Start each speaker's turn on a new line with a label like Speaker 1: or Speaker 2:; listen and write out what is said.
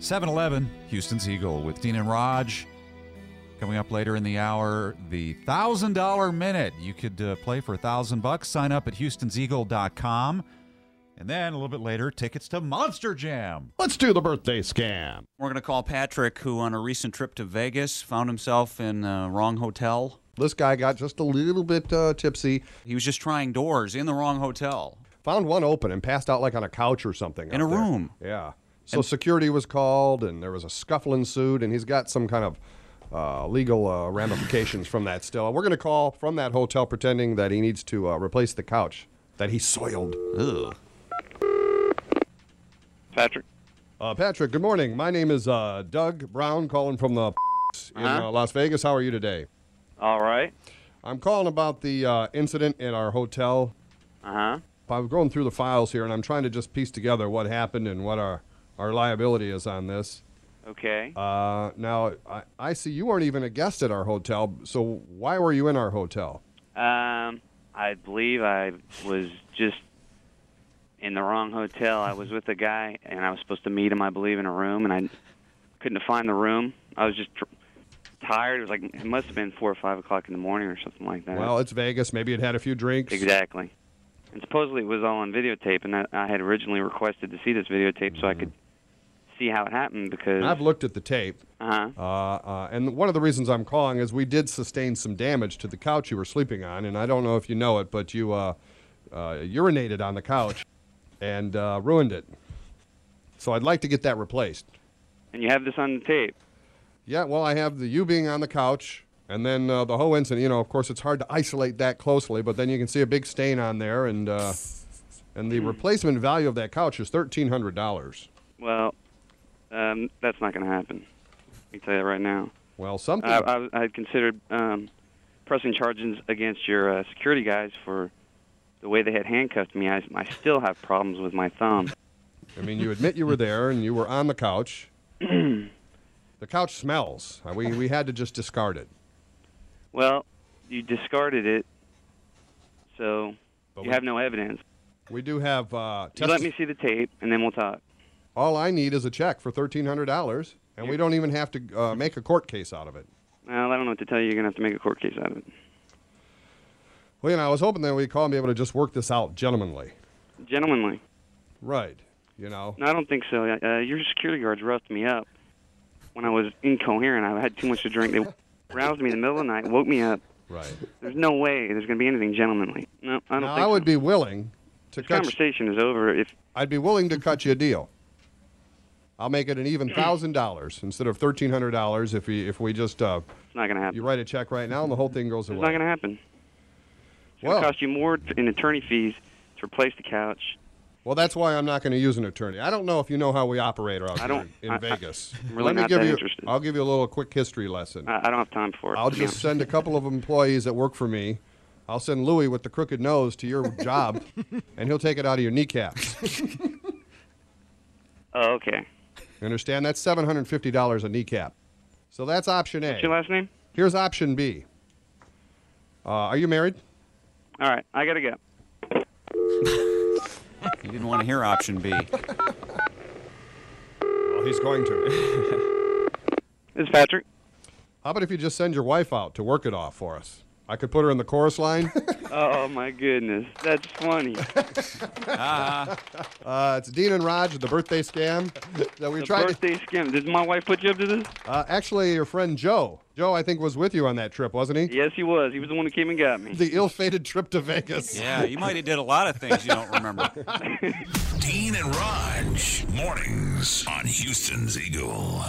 Speaker 1: Seven Eleven, Houston's Eagle with Dean and Raj. Coming up later in the hour, the thousand dollar minute. You could uh, play for a thousand bucks. Sign up at Houston'sEagle.com, and then a little bit later, tickets to Monster Jam.
Speaker 2: Let's do the birthday scam.
Speaker 3: We're going to call Patrick, who on a recent trip to Vegas found himself in the wrong hotel.
Speaker 4: This guy got just a little bit uh, tipsy,
Speaker 3: He was just trying doors in the wrong hotel.
Speaker 4: found one open, and passed out like on a couch or something.
Speaker 3: In
Speaker 4: out
Speaker 3: a
Speaker 4: there.
Speaker 3: room.
Speaker 4: Yeah. So security was called, and there was a scuffle ensued, and he's got some kind of uh, legal uh, ramifications from that still. We're going to call from that hotel pretending that he needs to uh, replace the couch that he soiled.
Speaker 3: Ugh.
Speaker 5: Patrick.
Speaker 4: Uh, Patrick, good morning. My name is uh, Doug Brown, calling from the in
Speaker 3: Uh-huh.
Speaker 4: uh, Las Vegas. How are you today?
Speaker 5: All right.
Speaker 4: I'm calling about the uh, incident at our hotel.
Speaker 5: Uh huh.
Speaker 4: I'm going through the files here, and I'm trying to just piece together what happened and what our, our liability is on this.
Speaker 5: Okay.
Speaker 4: Uh, now, I, I see you weren't even a guest at our hotel, so why were you in our hotel?
Speaker 5: Um, I believe I was just in the wrong hotel. I was with a guy, and I was supposed to meet him, I believe, in a room, and I couldn't find the room. I was just tr- tired. It was like it must have been four or five o'clock in the morning or something like that.
Speaker 4: Well, it's Vegas. Maybe it had a few drinks.
Speaker 5: exactly. And supposedly it was all on videotape, and I, I had originally requested to see this videotape so I could see how it happened because.
Speaker 4: And Mm-hmm. I've looked at the tape.
Speaker 5: uh-huh.
Speaker 4: Uh, uh, and one of the reasons I'm calling is we did sustain some damage to the couch you were sleeping on, and I don't know if you know it, but you uh, uh, urinated on the couch and uh, ruined it. So I'd like to get that replaced.
Speaker 5: And you have this on the tape.
Speaker 4: Yeah, well, I have the you being on the couch, and then uh, the whole incident. You know, of course, it's hard to isolate that closely, but then you can see a big stain on there, and uh, and the replacement value of that couch is thirteen hundred dollars.
Speaker 5: Well, um, that's not going to happen. I can tell you that right now.
Speaker 4: Well, something.
Speaker 5: I, I, I had considered um, pressing charges against your uh, security guys for the way they had handcuffed me. I, I still have problems with my thumb.
Speaker 4: I mean, you admit you were there and you were on the couch. the couch smells. Uh, We we had to just discard it.
Speaker 5: Well, you discarded it, so
Speaker 4: But
Speaker 5: you
Speaker 4: we-
Speaker 5: have no evidence.
Speaker 4: We do have. Uh,
Speaker 5: You
Speaker 4: testi-
Speaker 5: let me see the tape, and then we'll talk.
Speaker 4: All I need is a check for thirteen hundred dollars, and we don't even have to uh, make a court case out of it.
Speaker 5: Well, I don't know what to tell you. You're going to have to make a court case out of it.
Speaker 4: Well, you know, I was hoping that we'd call and be able to just work this out gentlemanly.
Speaker 5: Gentlemanly.
Speaker 4: Right. You know.
Speaker 5: No, I don't think so. Uh, your security guards roughed me up when I was incoherent. I had too much to drink. They roused me in the middle of the night, woke me up.
Speaker 4: Right.
Speaker 5: There's no way there's going to be anything gentlemanly. No, I don't
Speaker 4: Now
Speaker 5: think
Speaker 4: I would
Speaker 5: so.
Speaker 4: be willing to
Speaker 5: This
Speaker 4: cut. You,
Speaker 5: conversation is over. If
Speaker 4: I'd be willing to cut you a deal. I'll make it an even thousand dollars instead of thirteen hundred dollars if we if we just uh,
Speaker 5: it's not going to happen,
Speaker 4: you write a check right now and the whole thing goes
Speaker 5: it's
Speaker 4: away.
Speaker 5: not going to happen. It's going
Speaker 4: Well.
Speaker 5: to cost you more t- in attorney fees to replace the couch.
Speaker 4: Well, that's why I'm not going to use an attorney. I don't know if you know how we operate out
Speaker 5: I
Speaker 4: here
Speaker 5: don't-
Speaker 4: in
Speaker 5: I- I-
Speaker 4: Vegas.
Speaker 5: I'm really
Speaker 4: Let me
Speaker 5: not
Speaker 4: give
Speaker 5: that
Speaker 4: you.
Speaker 5: interested. Uh,
Speaker 4: I'll give you a little quick history lesson.
Speaker 5: I, I don't have time for it.
Speaker 4: I'll
Speaker 5: to be
Speaker 4: just
Speaker 5: honest.
Speaker 4: send a couple of employees that work for me. I'll send Louis with the crooked nose to your job, and he'll take it out of your kneecaps.
Speaker 5: Oh, okay.
Speaker 4: You understand? That's seven hundred fifty dollars a kneecap. So that's option A.
Speaker 5: What's your last name?
Speaker 4: Here's option B. Uh, are you married?
Speaker 5: All right, I got to go.
Speaker 3: You didn't want to hear option B.
Speaker 4: Well, Oh, he's going to.
Speaker 5: This is Patrick.
Speaker 4: How about if you just send your wife out to work it off for us? I could put her in the chorus line.
Speaker 5: Oh my goodness, that's funny.
Speaker 4: Uh, it's Dean and Raj, the birthday scam that we
Speaker 5: The
Speaker 4: tried. To,
Speaker 5: birthday scam. Did my wife put you up to this?
Speaker 4: uh, actually, your friend Joe. Joe, I think, was with you on that trip, wasn't he?
Speaker 5: Yes, he was. He was the one who came and got me.
Speaker 4: The ill-fated trip to Vegas.
Speaker 3: Yeah, you might have did a lot of things you don't remember.
Speaker 6: Dean and Raj, mornings on Houston's Eagle.